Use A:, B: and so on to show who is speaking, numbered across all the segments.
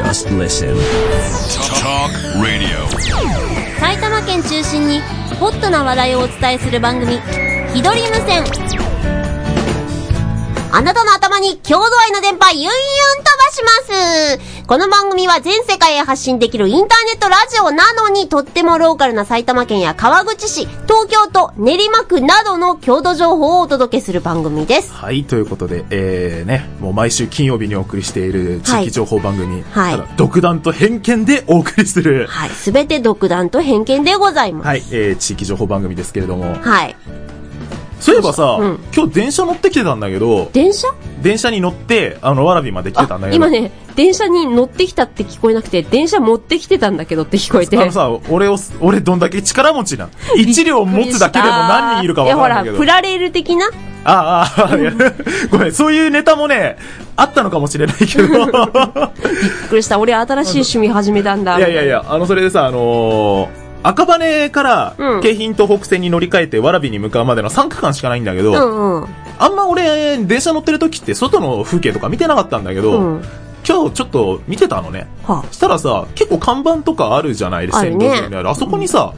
A: listen.
B: Talk Radio.
C: 埼玉県中心にホットな話題をお伝えする番組「ひどり無線」あなたの頭に郷土愛の電波ユンユン飛ばしますこの番組は全世界へ発信できるインターネットラジオなのにとってもローカルな埼玉県や川口市、東京都、練馬区などの郷土情報をお届けする番組です。
D: はい、ということで、えー、ね、もう毎週金曜日にお送りしている地
C: はい
D: 域情報番組、
C: はい
D: ただ独断と偏見でお送りする、
C: はい。すべて独断と偏見でございます。
D: はい、えー、地域情報番組ですけれども、
C: はい。
D: そういえばさ、
C: うん
D: 今日電車乗ってきてたんだけど、
C: 電車
D: 電車に乗って、あの、わらびまで来てたんだけど、
E: 今ね、電車に乗ってきたって聞こえなくて、電車持ってきてたんだけどって聞こえて。
D: あのさ、俺を、俺どんだけ力持ちな。一両持つだけでも何人いるかわからないん
E: いやほら、
D: だけど
E: プ。ラレール的な
D: ああ、ああ、いやごめん、そういうネタもね、あったのかもしれないけど。
E: びっくりした。俺新しい趣味始めたんだ。
D: いやいやいや、あの、それでさ、あのー赤羽から
E: うん、
D: 京浜東北線に乗り換えて、わらびに向かうまでの3区間しかないんだけど、
E: うんうん。
D: あんま俺、電車乗ってる時って外の風景とか見てなかったんだけど、
E: うん
D: 今日ちょっと見てたのね。
E: は
D: したらさ、結構看板とかあるじゃないですか、
E: あるね
D: 線路沿いにあるあそこにさ、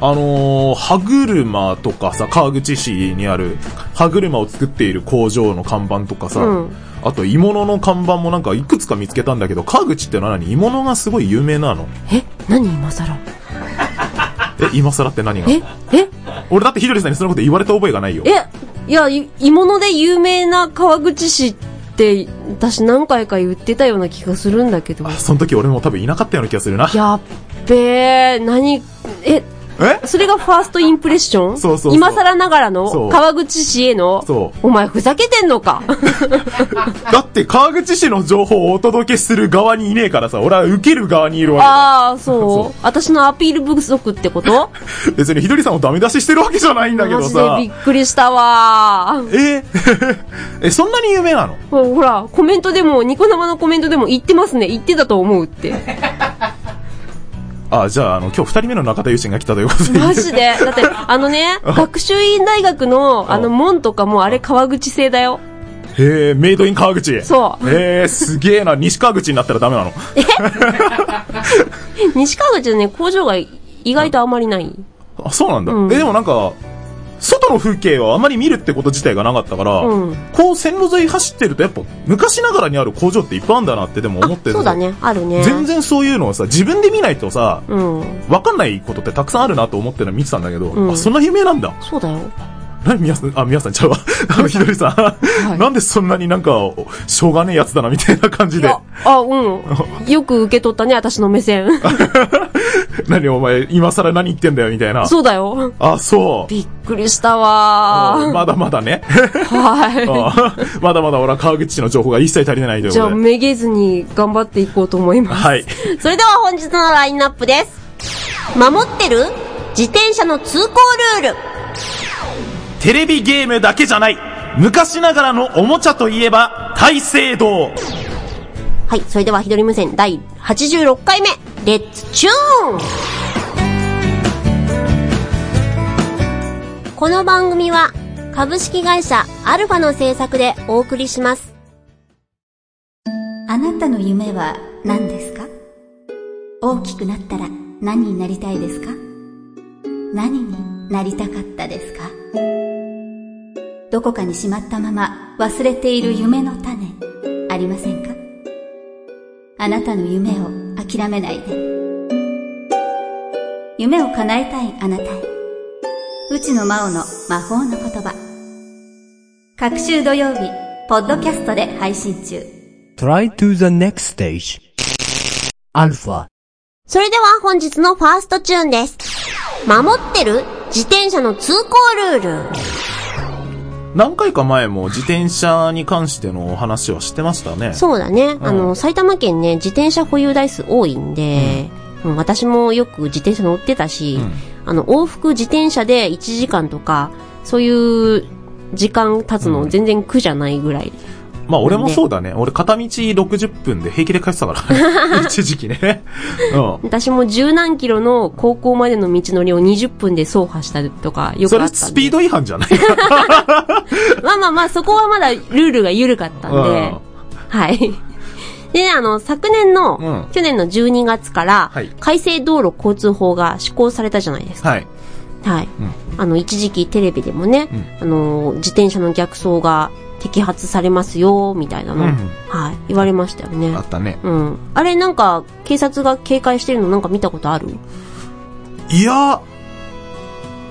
D: あのー歯車とかさ、川口市にある歯車を作っている工場の看板とかさ、
E: うん
D: あと鋳物の看板もなんかいくつか見つけたんだけど、川口ってのは何鋳物がすごい有名なの
E: え、何今更
D: え、今更って何が
E: ええ
D: 俺だってひどりさんにそのこと言われた覚えがないよ。
E: えいや、い鋳物で有名な川口市って、私何回か言ってたような気がするんだけど
D: あ。その時俺も多分いなかったような気がするな。
E: やっべえ、何、え、
D: え
E: それがファーストインプレッション
D: そうそうそう
E: 今更ながら
D: そう
E: の川口市への
D: そう
E: お前ふざけてんの か
D: だって川口市の情報をお届けする側にいねえからさ、俺は受ける側にいるわけだ
E: ああ、そう
D: そう
E: 私のアピール不足ってこと
D: 別にひどりさんをダメ出ししてるわけじゃないん だけど
E: マジで
D: さ
E: び。っくりしたわー。
D: ええ、そんなに有名なの
E: ほほら、コメントでも、ニコ生のコメントでも言ってますね。言ってたと思うって。
D: あ、じゃあ、あの、今日二人目の中田友心が来たということで。
E: マジで。だって、あの ね、学習院大学の、あの、門とかもあれ川口製だよ。
D: へえ、メイドイン川口。
E: そう
D: へえ、すげえな。西川口になったらダメなの。
E: 西川口のね、工場が意外とあまりない。
D: あ、そうなんだ。
E: うん
D: え、でもなんか、外の風景はあまり見るってこと自体がなかったから、
E: うん
D: こう線路沿い走ってるとやっぱ昔ながらにある工場っていっぱいあるんだなってでも思ってる
C: そうだね。あるね。
D: 全然そういうのをさ、自分で見ないとさ、
E: うん。
D: わかんないことってたくさんあるなと思ってるの見てたんだけど、
E: うん
D: あ、そんな有名なんだ。
E: そうだよ。
D: 何皆さん、あ、皆さんちゃうわ。あの、ひどりさん、
E: はい
D: なんでそんなになんか、しょうがねえやつだなみたいな感じで
E: あ。、あ、うん。よく受け取ったね、私の目線。
D: 何お前、今更何言ってんだよみたい な。
E: そうだよ。
D: あ、そう。
E: びっくりしたわ
D: まだまだね。
E: ー。は
D: あまだまだ俺は川口市の情報が一切足りてないと
E: い。
D: いう
E: じゃ
D: こ
E: あ、
D: とで。
E: めげずに頑張っていこうと思います。
D: はい。
C: それでは本日のラインナップです。守ってる自転車の通行ルール。
D: テレビゲームだけじゃない昔ながらのおもちゃといえば、大聖堂
C: はい、それではひどり無線第86回目、レッツチューンこの番組は株式会社アルファの制作でお送りします。
F: あなたの夢は何ですか大きくなったら何になりたいですか何になりたかったですかどこかにしまったまま忘れている夢の種ありませんかあなたの夢を諦めないで夢を叶えたいあなたへうちの真央の魔法の言葉各週土曜日ポッドキャストで配信中
G: Try to the next stage. Alpha.
C: それでは本日のファーストチューンです。守ってる自転車の通行ルール。
D: 何回か前も自転車に関してのお話はしてましたね。
C: そうだね。
D: ん
C: あの、埼玉県ね、自転車保有台数多いんで、うん私もよく自転車乗ってたし、あの、往復自転車で1時間とか、そういう時間経つの全然苦じゃないぐらい。
D: まあ俺もそうだね。俺片道60分で平気で帰ってたから。一時期ね。うん。
E: 私も十何キロの高校までの道のりを20分で走破したとか、よく
D: そ
E: あ
D: れ
E: ったんで。
D: スピード違反じゃないうん
E: まあまあまあ、そこはまだルールが緩かったんで、はい。
C: でね、あの、昨年の、
D: うん
C: 去年の12月から、
D: はい
C: 改正道路交通法が施行されたじゃないですか。
D: はい。
C: はい。
D: うん
C: あの、一時期テレビでもね、あの、自転車の逆走が摘発されますよ、みたいなの、
D: うん
C: はい、言われましたよね
D: あ。ったね。
C: うん。あれ、なんか、警察が警戒してるのなんか見たことある
D: いや、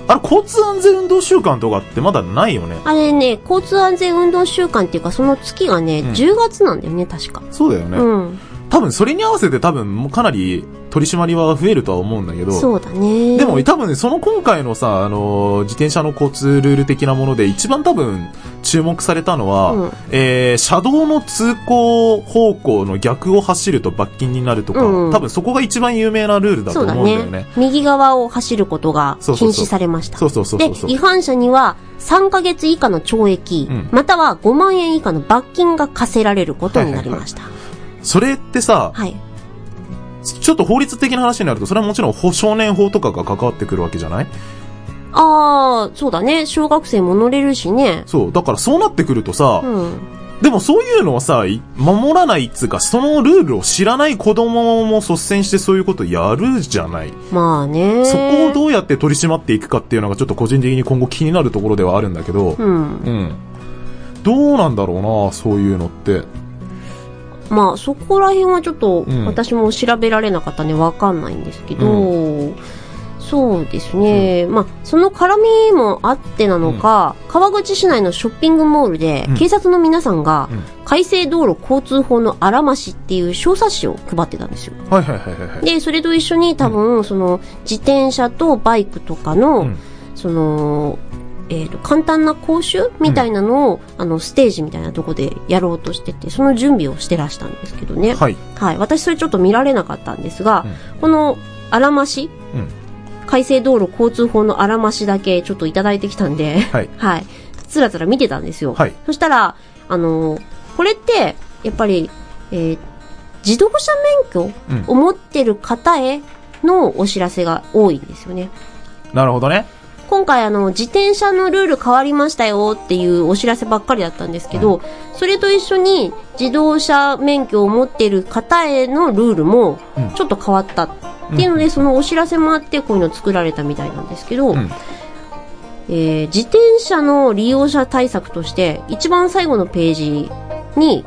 D: あれ、交通安全運動週間とかってまだないよね。
C: あれね、交通安全運動週間っていうか、その月がね、
D: ん
C: 10月なんだよね、確か。
D: そうだよね。
C: うん。
D: 多分それに合わせて多分もうかなり取り締まりは増えるとは思うんだけど。
C: そうだね。
D: でも多分ねその今回のさ、あのー自転車の交通ルール的なもので一番多分注目されたのは、
C: うん
D: えー車道の通行方向の逆を走ると罰金になるとか、
C: うん
D: 多分そこが一番有名なルールだ
C: そ
D: と
C: う
D: 思う
C: だ
D: んだよ
C: ね
D: ね。。
C: 右側を走ることが
D: そうそ
C: 禁
D: うそう
C: 止されました。
D: そうそうそうそうそう
C: で、違反者には3ヶ月以下の懲役、
D: うん
C: または5万円以下の罰金が課せられることになりました。はい
D: それってさ、ちょっと法律的な話になると、それはもちろん保少年法とかが関わってくるわけじゃない
C: ああ、そうだね。小学生も乗れるしね。
D: そう。だからそうなってくるとさ、
C: うん。
D: でもそういうのはさ、い守らないっつうか、そのルールを知らない子供も率先してそういうことやるじゃない。
C: まあね。
D: そこをどうやって取り締まっていくかっていうのがちょっと個人的に今後気になるところではあるんだけど、
C: うん。
D: うん。どうなんだろうな、そういうのって。
C: まあそこら辺はちょっと
D: うん
C: 私も調べられなかったんでわかんないんですけど、そうですね、まあその絡みもあってなのか、川口市内のショッピングモールで
D: うん
C: 警察の皆さんが
D: うん
C: 改正道路交通法のあらましっていう小冊子を配ってたんですよ。
D: はいはいはいはいはい。
C: で、それと一緒に多分その自転車とバイクとかの、
D: うん
C: その、えー、と簡単な講習みたいなのを、あのステージみたいなとこでやろうとしててその準備をしてらしたんですけどね、
D: はい。
C: はい。私それちょっと見られなかったんですが、このあらまし、
D: うん
C: 改正道路交通法のあらましだけちょっといただいてきたんで、
D: はい。
C: はい。つらつら見てたんですよ。
D: はい
C: そしたら、あのーこれって、やっぱり、えー自動車免許
D: うん
C: を持ってる方へのお知らせが多いんですよね。
D: なるほどね。
C: 今回あの自転車のルール変わりましたよっていうお知らせばっかりだったんですけど、それと一緒に自動車免許を持っている方へのルールも
D: うん
C: ちょっと変わったっていうので、そのお知らせもあってこういうの作られたみたいなんですけど、
D: ん
C: えー自転車の利用者対策として一番最後のページに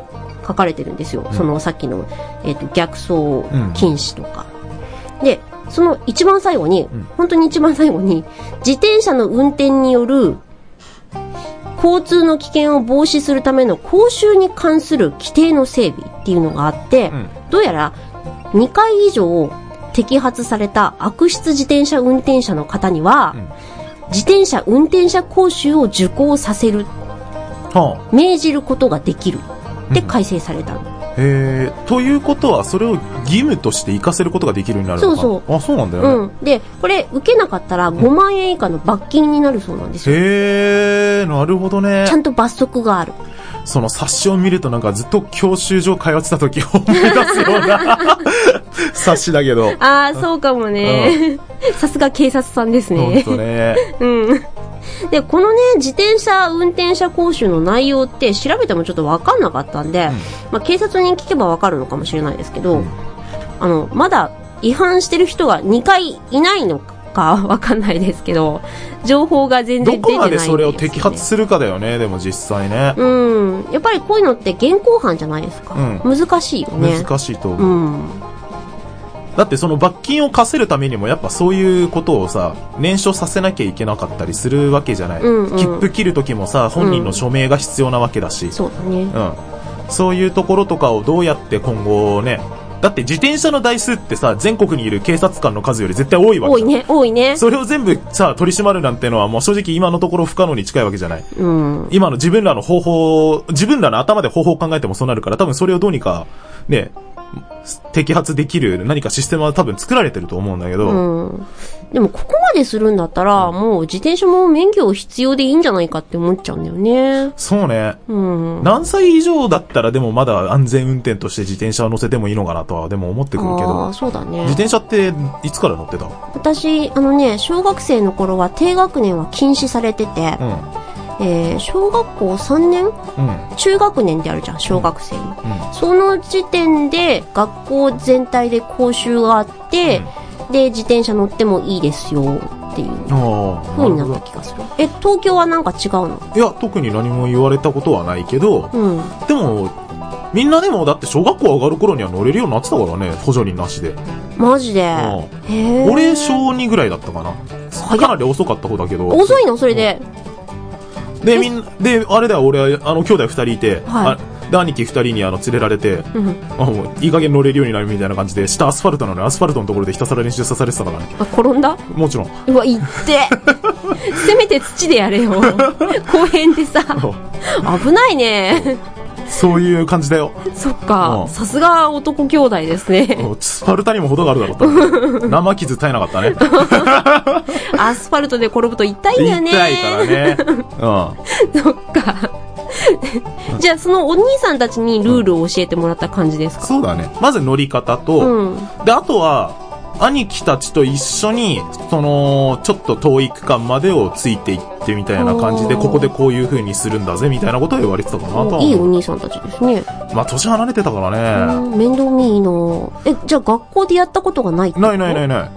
C: 書かれてるんですよ、そのさっきの、えー、と逆走禁止とか。で、その一番最後に、本当に一番最後に、自転車の運転による、交通の危険を防止するための講習に関する規定の整備っていうのがあって、
D: ん
C: どうやら2回以上摘発された悪質自転車運転者の方には、自転車運転者講習を受講させる、
D: は
C: 命じることができるって改正されたの。
D: あ。えー、ということは、それを義務として活かせることができるようになるのか
C: そう
D: そう。あ、そうなんだよね。
C: うん。で、これ受けなかったら5万円以下の罰金になるそうなんですよ。
D: へえー、なるほどね
C: ちゃ。んと罰則がある。
D: その冊子を見るとなんかずっと教習所通ってた時を思い出すよう な冊子だけど。
C: ああ、そうかもね。さすが警察さんです
D: ほん
C: ね。
D: とね。
C: うん。で、このね、自転車運転者講習の内容って調べてもちょっとわかんなかったんで、まあ警察に聞けばわかるのかもしれないですけど、あの、まだ違反してる人が2回いないのかわかんないですけど、情報が全
D: ど
C: 然出て
D: こ
C: ない
D: ま
C: んで、
D: です
C: ね。
D: それを摘発するかだよね、でも実際ね。
C: うん。やっぱりこういうのって現行犯じゃないですか。
D: う
C: 難しいよね。
D: 難しいと
C: う
D: 思う。
C: ん。
D: だってその罰金を課せるためにもやっぱそういうことをさ、燃焼させなきゃいけなかったりするわけじゃない。
C: うんうん
D: 切符切る時もさ、本人の署名が必要なわけだし。
C: そうだね。
D: うん。そういうところとかをどうやって今後ね、だって自転車の台数ってさ、全国にいる警察官の数より絶対多いわけ
C: 多
D: じ
C: い
D: ゃん
C: ね、多いね。
D: それを全部さ、取り締まるなんてのはもう正直今のところ不可能に近いわけじゃない。
C: うん。
D: 今の自分らの方法、自分らの頭で方法を考えてもそうなるから、多分それをどうにか、ね、摘発できる何かシステムは多分作られてると思うんだけど、
C: うん。でも、ここまでするんだったら、もう自転車も免許を必要でいいんじゃないかって思っちゃうんだよね。
D: そうね。
C: うん。
D: 何歳以上だったらでもまだ安全運転として自転車を乗せてもいいのかなとはでも思ってくるけ
C: ああ
D: ど
C: ー、、そうだね
D: 自。転車っていつから乗ってた
C: 私、あのね、小学生の頃は低学年は禁止されてて、
D: うん。
C: えー小学校3年
D: うん。
C: 中学年であるじゃん小学生の、
D: うんうん
C: その時点で学校全体で講習があって、で自転車乗ってもいいですよっていう
D: ああ。
C: 風になった気がするえ東京はなんか違うの
D: いや、特に何も言われたことはないけど、
C: うん
D: でも、みんなでも、だって小学校上がる頃には乗れるようになってたからね、補助輪なしで。
C: マジで
D: う
C: へえ
D: 俺、小2ぐらいだったかな。
C: 早っ
D: かなり遅かった方だけど。
C: 遅いのそれで
D: で、みんな、で、あれだよ、俺、あの、兄弟二人いて、
C: は
D: あで、兄貴二人に、あの、連れられて、
C: うん
D: あもういい加減乗れるようになるみたいな感じで、下アスファルトなのに、アスファルトのところでひたすら練習さされてたからね。
E: あ、転んだ
D: もちろん。
E: うわ、 行って。せめて土でやれよ。公園でさ。危ないね。
D: そういう感じだよ。
E: そっ
D: う
E: か
D: ん。
E: さすが男兄弟ですね。
D: もうスパルタにも程があるだろうと。生傷絶えなかったね。
E: アスファルトで転ぶと痛いんだ
D: 痛
E: よ
D: い
E: ね。
D: からね。う
E: そっか。じゃあ、そのお兄さんたちにルールを教えてもらった感じです
D: ん。
E: か
D: そうだね。まず乗り方と、
E: うん。
D: で、あとは、兄貴たちと一緒に、その、ちょっと遠い区間までをついていってみたいな感じで、
E: おー
D: ここでこういう風にするんだぜ、みたいなことは言われてたかなとは思う
C: いいお兄さんたちですね、
D: まあ、年離れてたからね。
C: うん面倒見いいなえじゃあ学校でやったことがないってこと
D: ないないないない。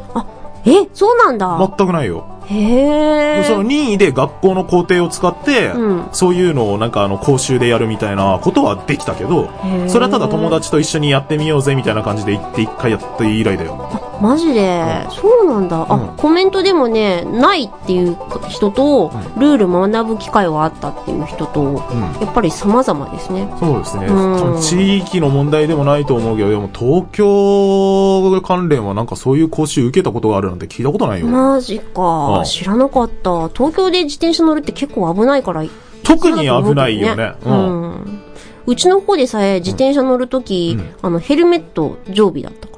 C: えそうなんだ、
D: 全くないよ。
C: へえ
D: その任意で学校の校庭を使って、
C: うん
D: そういうのをなんかあの講習でやるみたいなことはできたけど
C: ー、
D: それはただ友達と一緒にやってみようぜみたいな感じで行って一回やって以来だよ。
C: マジで、そうなんだ。あ、
D: うん
C: コメントでもね、ないっていう人と、ルール学ぶ機会はあったっていう人と、
D: うん
C: やっぱり様々ですね。
D: そうですね。
C: うん
D: 多分地域の問題でもないと思うけど、でも東京関連はなんかそういう講習受けたことがあるなんて聞いたことないよ。
C: マジか
D: う。ん
C: 知らなかった。東京で自転車乗るって結構危ないから、
D: 特に危ないよね。
C: う
D: うん。
C: ん。うちの方でさえ自転車乗るとき、
D: うん
C: あの、ヘルメット常備だったか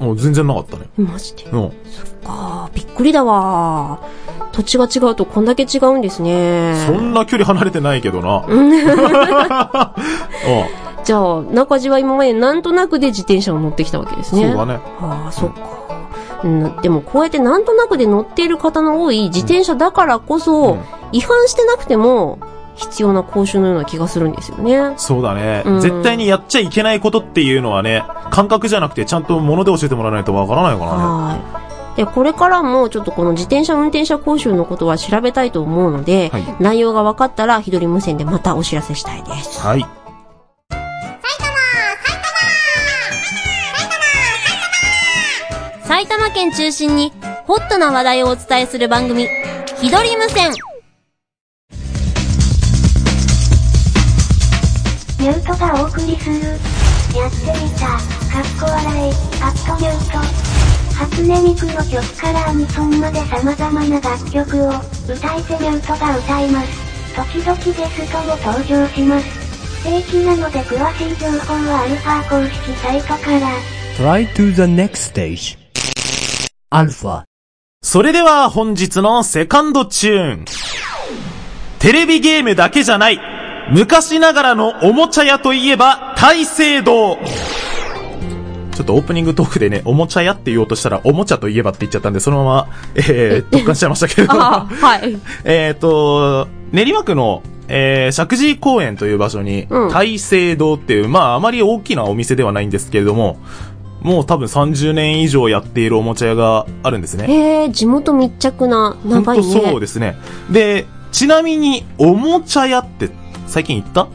C: ら。
D: もう全然なかったね。
C: マジで。
D: うん。
C: あーびっくりだわ。土地が違うとこんだけ違うんですね。
D: そんな距離離れてないけどな。う
E: じゃあ、中地は今までなんとなくで自転車を乗ってきたわけです
D: ん。
E: ね。
D: そうだね。
E: ああ、そっか。うん、でもこうやってなんとなくで乗っている方の多い自転車だからこそ、
D: うん
E: 違反してなくても必要な講習のような気がするんですよね。
D: そうだね、
E: うん
D: 絶対にやっちゃいけないことっていうのはね、感覚じゃなくてちゃんと物で教えてもらわないとわからないからね。
E: はい。で、これからもちょっとこの自転車運転者講習のことは調べたいと思うので、
D: はい
E: 内容が分かったら、ひどり無線でまたお知らせしたいです。
D: はい。
C: 埼玉県中心にホットな話題をお伝えする番組、ひどり無 線。
A: ミュートがお送りする。やってみた。かっこ笑い。アットミュート。初音ミクの曲からアニソンまで様々な楽曲を、歌い手ミュートが歌います。時々ゲストも登場します。不定期なので詳しい情報はアルファ公式サイトから。
G: Try to the next stage. Alpha.
D: それでは本日のセカンドチューン。テレビゲームだけじゃない。昔ながらのおもちゃ屋といえば、大聖堂。ちょっとオープニングトークでね、おもちゃ屋って言おうとしたら、おもちゃといえばって言っちゃったんで、そのまま、えー、 突貫しちゃいましたけれども。
E: ああ、はい。
D: えっと、練馬区の、えー、石神井公園という場所に、
E: うん
D: 大聖堂っていう、まあ、あまり大きなお店ではないんですけれども、もう多分30年以上やっているおもちゃ屋があるんですね。
C: へえ、地元密着な、
D: 本
C: 長い
D: 当
C: ね。
D: そうですね。で、ちなみに、おもちゃ屋って、最近行った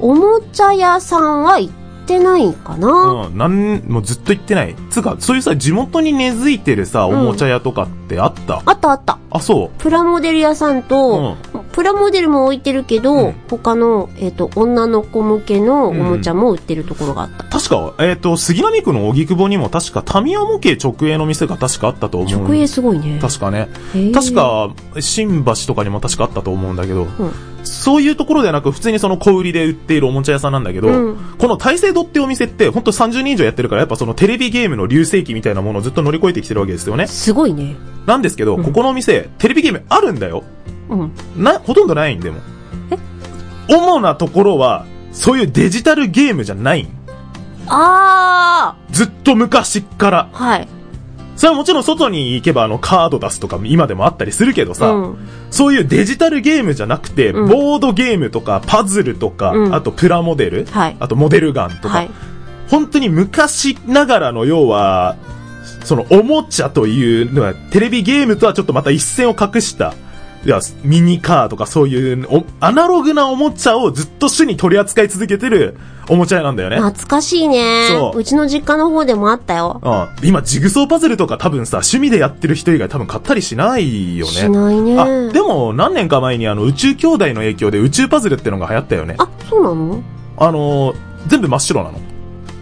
C: おもちゃ屋さんは行ってないかな、
D: うん、なん、もうずっと行ってない。つうか、そういうさ、地元に根付いてるさ、おもちゃ屋とかってあった、
C: あったあった。
D: あ、そ
C: プラモデル屋さん
D: う。う
C: と、
D: ん。
C: プラモデルも置いてるけど、
D: うん
C: 他の、えっ、と、女の子向けのおもちゃも売ってるところがあった。
D: 確か、えっ、と、杉並区の荻窪にも確か、タミヤ模型直営の店が確かあったと思う。
C: 直営すごいね。
D: 確かね。
C: へえ
D: 確。か、新橋とかにも確かあったと思うんだけど、
C: ん
D: そういうところではなく、普通にその小売りで売っているおもちゃ屋さんなんだけど、
C: うん
D: この大聖堂ってお店って、ほんと30人以上やってるから、やっぱそのテレビゲームの流星期みたいなものをずっと乗り越えてきてるわけですよね。
C: すごいね。
D: なんですけど、ここのお店、テレビゲームあるんだよ。
C: うん。
D: な、ほとんどないんでも。主なところは、そういうデジタルゲームじゃないん
C: あ
D: ずっと昔っから。
C: ーはい。
D: それはもちろん外に行けばあのカード出すとか今でもあったりするけどさ、
E: うん
D: そういうデジタルゲームじゃなくて、
E: うん
D: ボードゲームとかパズルとか、
E: うん
D: あとプラモデル、
E: はい
D: あとモデルガンとか、
E: はい。
D: 本当に昔ながらの要は、そのおもちゃというのはテレビゲームとはちょっとまた一線を隠した、いやミニカーとかそういうおアナログなおもちゃをずっと主に取り扱い続けてるおもちゃ屋なんだよね。
C: 懐かしいね
D: そう
C: うちの実家の方でもあったよ。
D: うん、今、ジグソーパズルとか多分さ、趣味でやってる人以外多分買ったりしないよね。
C: しないね
D: あ、でも何年か前にあの宇宙兄弟の影響で宇宙パズルってのが流行ったよね。あ、
C: あ、そうなの
D: のー全部真っ白なの。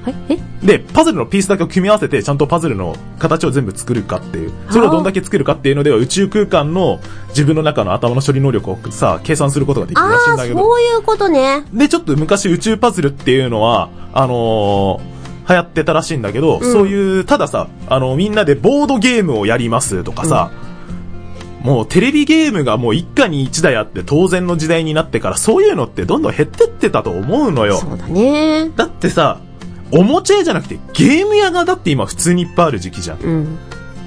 E: はい。え
D: で、パズルのピースだけを組み合わせて、ちゃんとパズルの形を全部作るかっていう。それをどんだけ作るかっていうのでは、宇宙空間の自分の中の頭の処理能力をさ、計算することができるらしい
C: あ
D: ん
C: あ、
D: だけど。
C: そういうことね。
D: で、ちょっと昔宇宙パズルっていうのは、あのー流行ってたらしいんだけど、そういう、たださ、あの、みんなでボードゲームをやりますとかさ、もうテレビゲームがもう一家に一台あって当然の時代になってから、そういうのってどんどん減ってってたと思うのよ。
C: そうだね。
D: だってさ、おもちゃ屋じゃなくてゲーム屋がだって今普通にいっぱいある時期じゃん。
C: うん。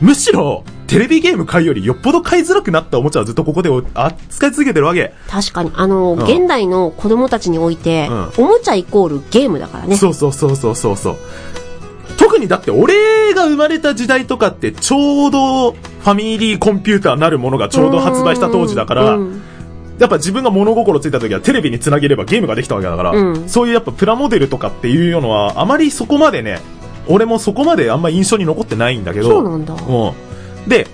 D: むしろ、テレビゲーム買うよりよっぽど買いづらくなったおもちゃはずっとここでお扱い続けてるわけ。
C: 確かに。あの、
D: ん
C: 現代の子供たちにおいて、
D: う
C: おもちゃイコールゲームだからね。
D: そうそうそうそうそうそう。特にだって俺が生まれた時代とかってちょうどファミリーコンピューターなるものがちょうど発売した当時だから、
E: うん
D: やっぱ自分が物心ついた時はテレビにつなげればゲームができたわけだから、
E: うん
D: そういうやっぱプラモデルとかっていうのはあまりそこまでね、俺もそこまであんま印象に残ってないんだけど、
C: そうなんだ。
D: うん。で、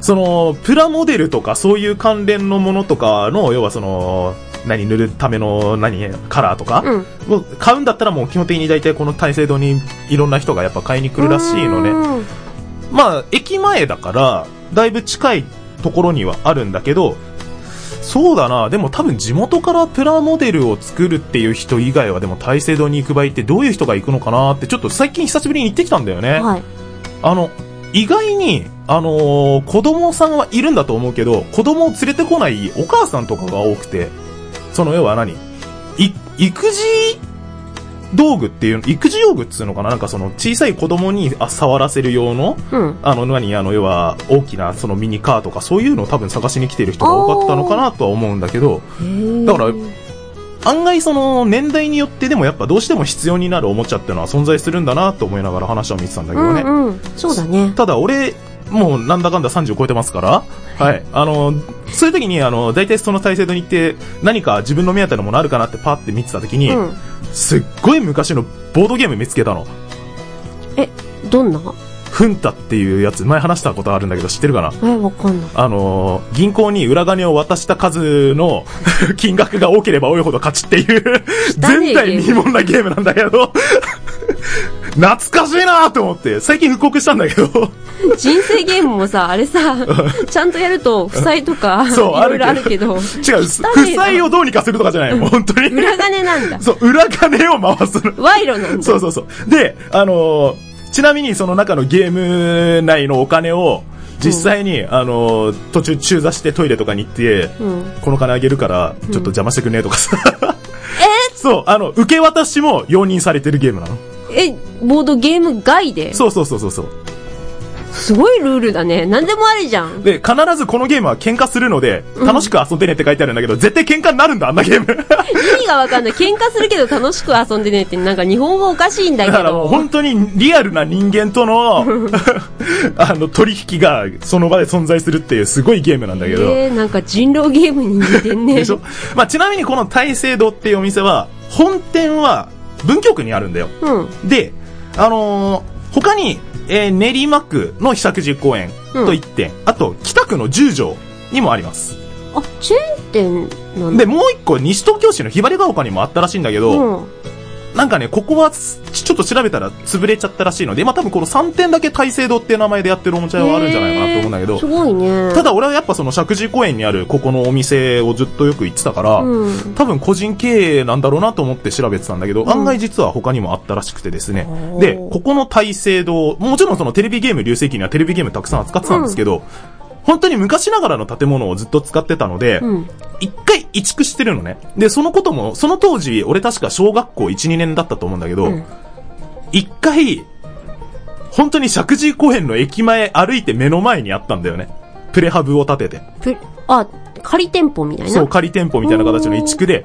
D: その、プラモデルとかそういう関連のものとかの、要はその、何塗るための何カラーとか、
C: うん
D: もう買うんだったらもう基本的に大体この大聖堂にいろんな人がやっぱ買いに来るらしいのね。
C: うん
D: まあ、駅前だから、だいぶ近いところにはあるんだけど、そうだな、でも多分地元からプラモデルを作るっていう人以外は、でも大聖堂に行く場合ってどういう人が行くのかなって、ちょっと最近久しぶりに行ってきたんだよね。
C: はい。
D: あの、意外に、あのー子供さんはいるんだと思うけど、子供を連れてこないお母さんとかが多くて、その要は何い、育児道具っていう、育児用具っつうのかななんかその小さい子供にあ触らせる用の、
C: うん。
D: あの何、あの要は大きなそのミニカーとかそういうのを多分探しに来てる人が多かったのかなとは思うんだけど、だから、案外その年代によってでもやっぱどうしても必要になるおもちゃってのは存在するんだなと思いながら話を見てたんだけ
C: う
D: どね。
C: んうん。そうだね。
D: ただ俺、もうなんだかんだ30超えてますから、はい。あの、そういう時に、あの、大体その体制度に行って、何か自分の目当てのものあるかなってパって見てた時に、
C: うん。
D: すっごい昔のボードゲーム見つけたの。
C: え、どんな
D: フンタっていうやつ、前話したことあるんだけど知ってるかな
C: え、わかんない。
D: あの、銀行に裏金を渡した数の 金額が多ければ多いほど勝ちっていう、
E: 汚いゲー
D: 前
E: ム
D: 代未聞なゲームなんだけど、懐かしいなと思って、最近復刻したんだけど、
E: 人生ゲームもさ、あれ さ、ちゃんとやると、負債とか、い
D: そう
E: ろいろあるけど、
D: 違う、負債をどうにかするとかじゃない、もう本当に。
E: 裏金なんだ。
D: そう、裏金を回すの。
E: 賄賂なんだ。
D: そうそうそう。で、あのーちなみにその中のゲーム内のお金を、実際に、あのー途中中座してトイレとかに行って、
E: うん
D: この金あげるから、ちょっと邪魔してくんねとかさ。 そう、あの、受け渡しも容認されてるゲームなの。
E: え、ボードゲーム外で
D: そうそうそうそうそう。
E: すごいルールだね。何でもありじゃん。
D: で、必ずこのゲームは喧嘩するので、楽しく遊んでねって書いてあるんだけど、絶対喧嘩になるんだ、あんなゲーム。
E: 意味がわかんない。喧嘩するけど楽しく遊んでねって、なんか日本語おかしいんだけ
D: だからもう
E: ど。
D: 本当にリアルな人間との、あの、取引がその場で存在するっていうすごいゲームなんだけど。
E: えー、なんか人狼ゲームに似てんね。
D: でしょまあ、ちなみにこの大聖堂っていうお店は、本店は文京区にあるんだよ。
E: うん。
D: で、あのー他に、えー練馬区の久久寺公園と1点、あと北区の十条にもあります。
C: あ、チェーン店なんだ。
D: で、もう1個西東京市のひばりが丘にもあったらしいんだけど、
C: うん。
D: なんかね、ここはす、ちちょっと調べたら潰れちゃったらしいので、まあ多分この3点だけ大聖堂っていう名前でやってるおもちゃ屋はあるんじゃないかなと思うんだけ
C: す
D: ど、
C: ごいね。
D: ただ俺はやっぱその石神井公園にあるここのお店をずっとよく行ってたから、
C: うん。
D: 多分個人経営なんだろうなと思って調べてたんだけど、案外実は他にもあったらしくてですね。で、ここの大聖堂、もちろんそのテレビゲーム流星期にはテレビゲームたくさん扱ってたんですけど、本当に昔ながらの建物をずっと使ってたので、
C: うん。
D: 一回移築してるのね。で、そのことも、その当時、俺確か小学校1、2年だったと思うんだけど、一、回、本当に石神井公園の駅前歩いて目の前にあったんだよね。プレハブを建てて。
C: プあ、仮店舗みたいな。
D: そう、仮店舗みたいな形の一区で、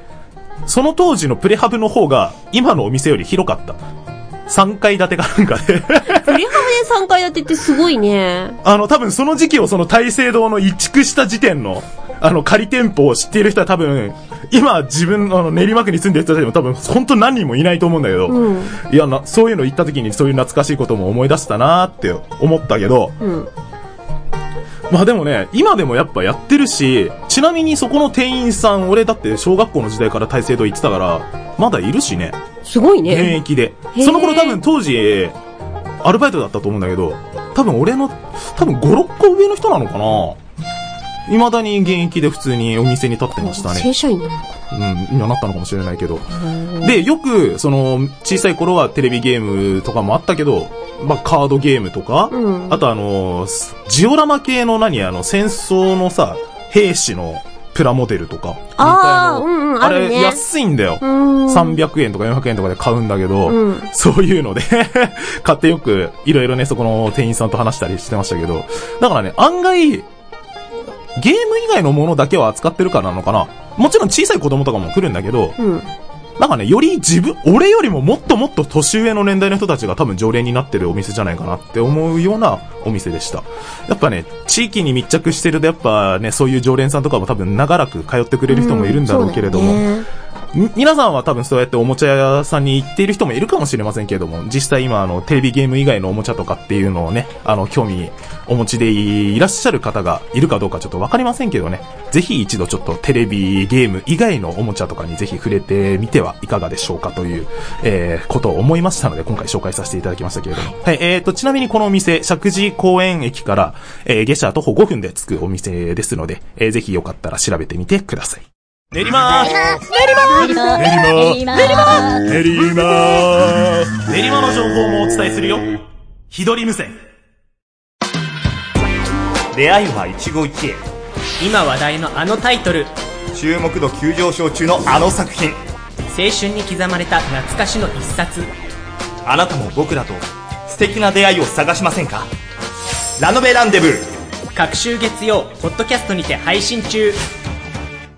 D: その当時のプレハブの方が、今のお店より広かった。3階建てかなんかで。
C: プレハブで3階建てってすごいね。
D: あの、多分その時期をその大聖堂の移築した時点の、あの、仮店舗を知っている人は多分、今自分、あの、練馬区に住んでる人たちも多分、本当何人もいないと思うんだけど、
C: うん
D: いやな、そういうの行った時にそういう懐かしいことも思い出したなーって思ったけど、
C: うん。
D: まあでもね、今でもやっぱやってるし、ちなみにそこの店員さん、俺だって小学校の時代から大聖堂行ってたから、まだいるしね。
C: すごいね。
D: 現役で
C: へ。ー
D: その頃多分当時、アルバイトだったと思うんだけど、多分俺の、多分5、6個上の人なのかな未だに現役で普通にお店に立ってましたね。
C: 正社員なのか。
D: うん、今なったのかもしれないけど。で、よく、その、小さい頃はテレビゲームとかもあったけど、まあ、カードゲームとか、
C: うん
D: あとあの、すジオラマ系の何、あの、戦争のさ、兵士のプラモデルとか。
C: あー
D: みたい
C: う
D: な
C: んうんあるね
D: れ、安いんだよ。
C: うん。
D: 300円とか400円とかで買うんだけど、
C: うん
D: そういうので、買ってよく、いろいろね、そこの店員さんと話したりしてましたけど、だからね、案外、ゲーム以外のものだけは扱ってるからなのかな。もちろん小さい子供とかも来るんだけど、
C: うん。
D: なんかね、より自分、俺よりももっともっと年上の年代の人たちが多分常連になってるお店じゃないかなって思うようなお店でした。やっぱね、地域に密着してるとやっぱね、そういう常連さんとかも多分長らく通ってくれる人もいるんだろうけれども、
C: そうだよね
D: み皆さんは多分そうやっておもちゃ屋さんに行っている人もいるかもしれませんけれども、実際今あのテレビゲーム以外のおもちゃとかっていうのをね、あの興味お持ちでいらっしゃる方がいるかどうかちょっとわかりませんけどね、ぜひ一度ちょっとテレビゲーム以外のおもちゃとかにぜひ触れてみてはいかがでしょうかという、えー、ことを思いましたので今回紹介させていただきましたけれども。はい、えーと、ちなみにこのお店、石神井公園駅から、えー、下車徒歩5分で着くお店ですので、えー、ぜひよかったら調べてみてください。練馬練馬練馬の情報もお伝えするよ日取り無線
H: 出会いは一期一会
I: 今話題のあのタイトル
H: 注目度急上昇中のあの作品
I: 青春に刻まれた懐かしの一冊
H: あなたも僕らと素敵な出会いを探しませんかラノベランデブー
I: 各週月曜ポッドキャストにて配信中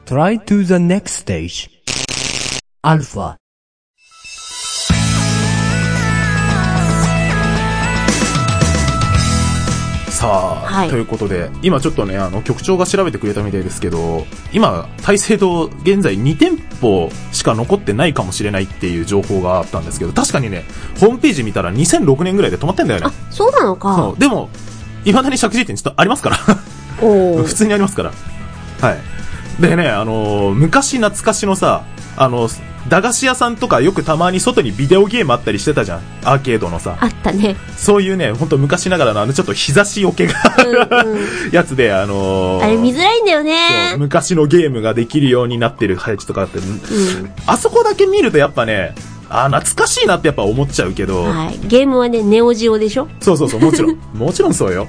G: Try to the next stage. Alpha.
D: さあ、
C: はい
D: ということで今ちょっとねあの局長が調べてくれたみたいですけど今大聖堂現在2店舗しか残ってないかもしれないっていう情報があったんですけど確かにねホームページ見たら2006年ぐらいで止まってんだよね
C: そうなの
D: そ
C: か。
D: うでも未だに石神井店ちょっとありますから
C: お
D: 普
C: ー
D: 通にありますから。はい。でね、あのー昔懐かしのさ、あの、駄菓子屋さんとかよくたまに外にビデオゲームあったりしてたじゃん。アーケードのさ。
C: あったね。
D: そういうね、ほんと昔ながらのあのちょっと日差しよけがある
C: うんうん
D: やつで、あのー
C: あれ見づらいんだよ
D: そう
C: ね。
D: 昔のゲームができるようになってる配置とかあって、あそこだけ見るとやっぱね、あー、懐かしいなってやっぱ思っちゃうけど、
C: はい。ゲームはね、ネオジオでしょ
D: そうそうそう、もちろん。 もちろんそうよ。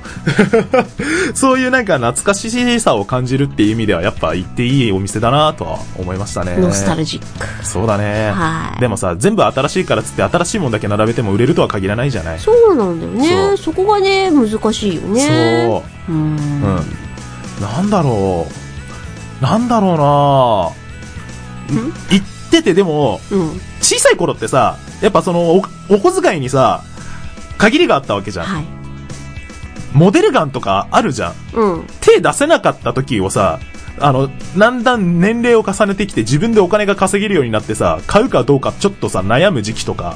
D: そういうなんか懐かしさを感じるっていう意味では、やっぱ行っていいお店だなとは思いましたね。
C: ノスタルジック。
D: そうだね。
C: はい
D: でもさ、全部新しいからっつって新しいもんだけ並べても売れるとは限らないじゃない。
C: そうなんだよ
D: そ
C: ね。
D: う
C: そこがね、難しいよね。
D: そう。うん。なんだろう。なんだろうな行っててでも、
C: う。うん。
D: 小さい頃ってさ、やっぱそのお、お小遣いにさ、限りがあったわけじゃん。
C: はい。
D: モデルガンとかあるじゃん。
C: うん。
D: 手出せなかった時をさ、あの、だんだん年齢を重ねてきて自分でお金が稼げるようになってさ、買うかどうかちょっとさ、悩む時期とか、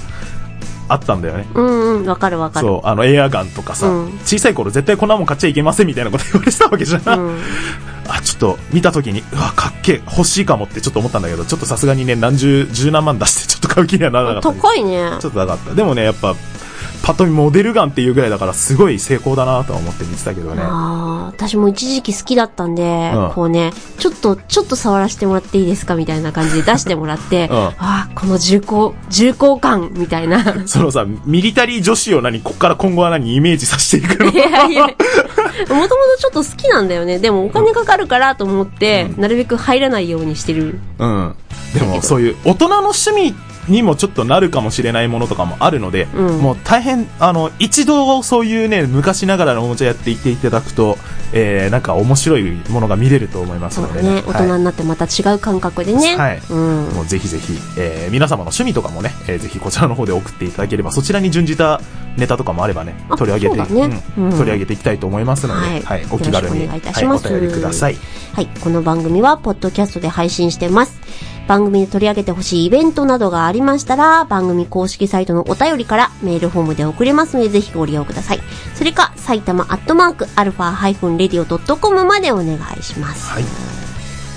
D: あったんだよね。
C: うんうん。わかるわかる。
D: そう、あの、エアガンとかさ、
C: うん
D: 小さい頃絶対こんなもん買っちゃいけませんみたいなこと言われてたわけじゃん。
C: うん。
D: あ、ちょっと見た時に、うわ、かっけえ、欲しいかもってちょっと思ったんだけど、ちょっとさすがにね、何十、十何万出してちょっと買う気にはならなかったです。
C: 高いね。
D: ちょっとなかった。でもね、やっぱ、パッと見モデルガンっていうぐらいだから、すごい成功だなとは思って見てたけどね。
C: ああ、私も一時期好きだったんで、
D: うん
C: こうね、ちょっと、ちょっと触らせてもらっていいですかみたいな感じで出してもらって、
D: うん
C: ああ、この重厚、重厚感みたいな。い
D: そのさ、ミリタリー女子を何、こっから今後は何、イメージさせていくの
C: やいや、もともとちょっと好きなんだよね。でもお金かかるからと思って、なるべく入らないようにしてる。
D: うん。でも、そういう、大人の趣味にもちょっとなるかもしれないものとかもあるので、
C: うん
D: もう大変あの一度そういうね昔ながらのおもちゃやっていっていただくと、えー、なんか面白いものが見れると思います
C: そう
D: の
C: だ
D: でね、
C: ね。大人になってまた違う感覚でね。
D: はい
C: うん。
D: もうぜひぜひ、えー皆様の趣味とかもね、えーぜひこちらの方で送っていただければ、そちらに準じたネタとかもあればね、
C: あ
D: 取り上げて、
C: そうだね
D: うん
C: うん
D: 取り上げていきたいと思いますので、
C: は
D: はいい、お気
C: よろし
D: 軽
C: くお
D: に、
C: 願いいたします
D: はいお便りください。
C: はい、この番組はポッドキャストで配信してます。番組で取り上げてほしいイベントなどがありましたら、番組公式サイトのお便りからメールフォームで送れますので、ぜひご利用ください。それか、埼玉アットマーク、アルファハイフンレディオドットコムまでお願いします。
D: はい。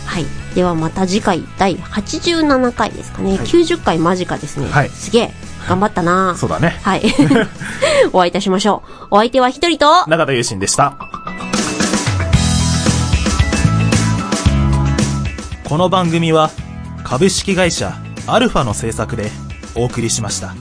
C: はい。ではまた次回、第87回ですかね。90回間近ですね。
D: はい
C: すげえ。頑張ったな
D: そうだね
C: はい。 お会いいたしましょう。お相手は一人と、
D: 中田優心でした。この番組は、株式会社アルファの制作でお送りしました。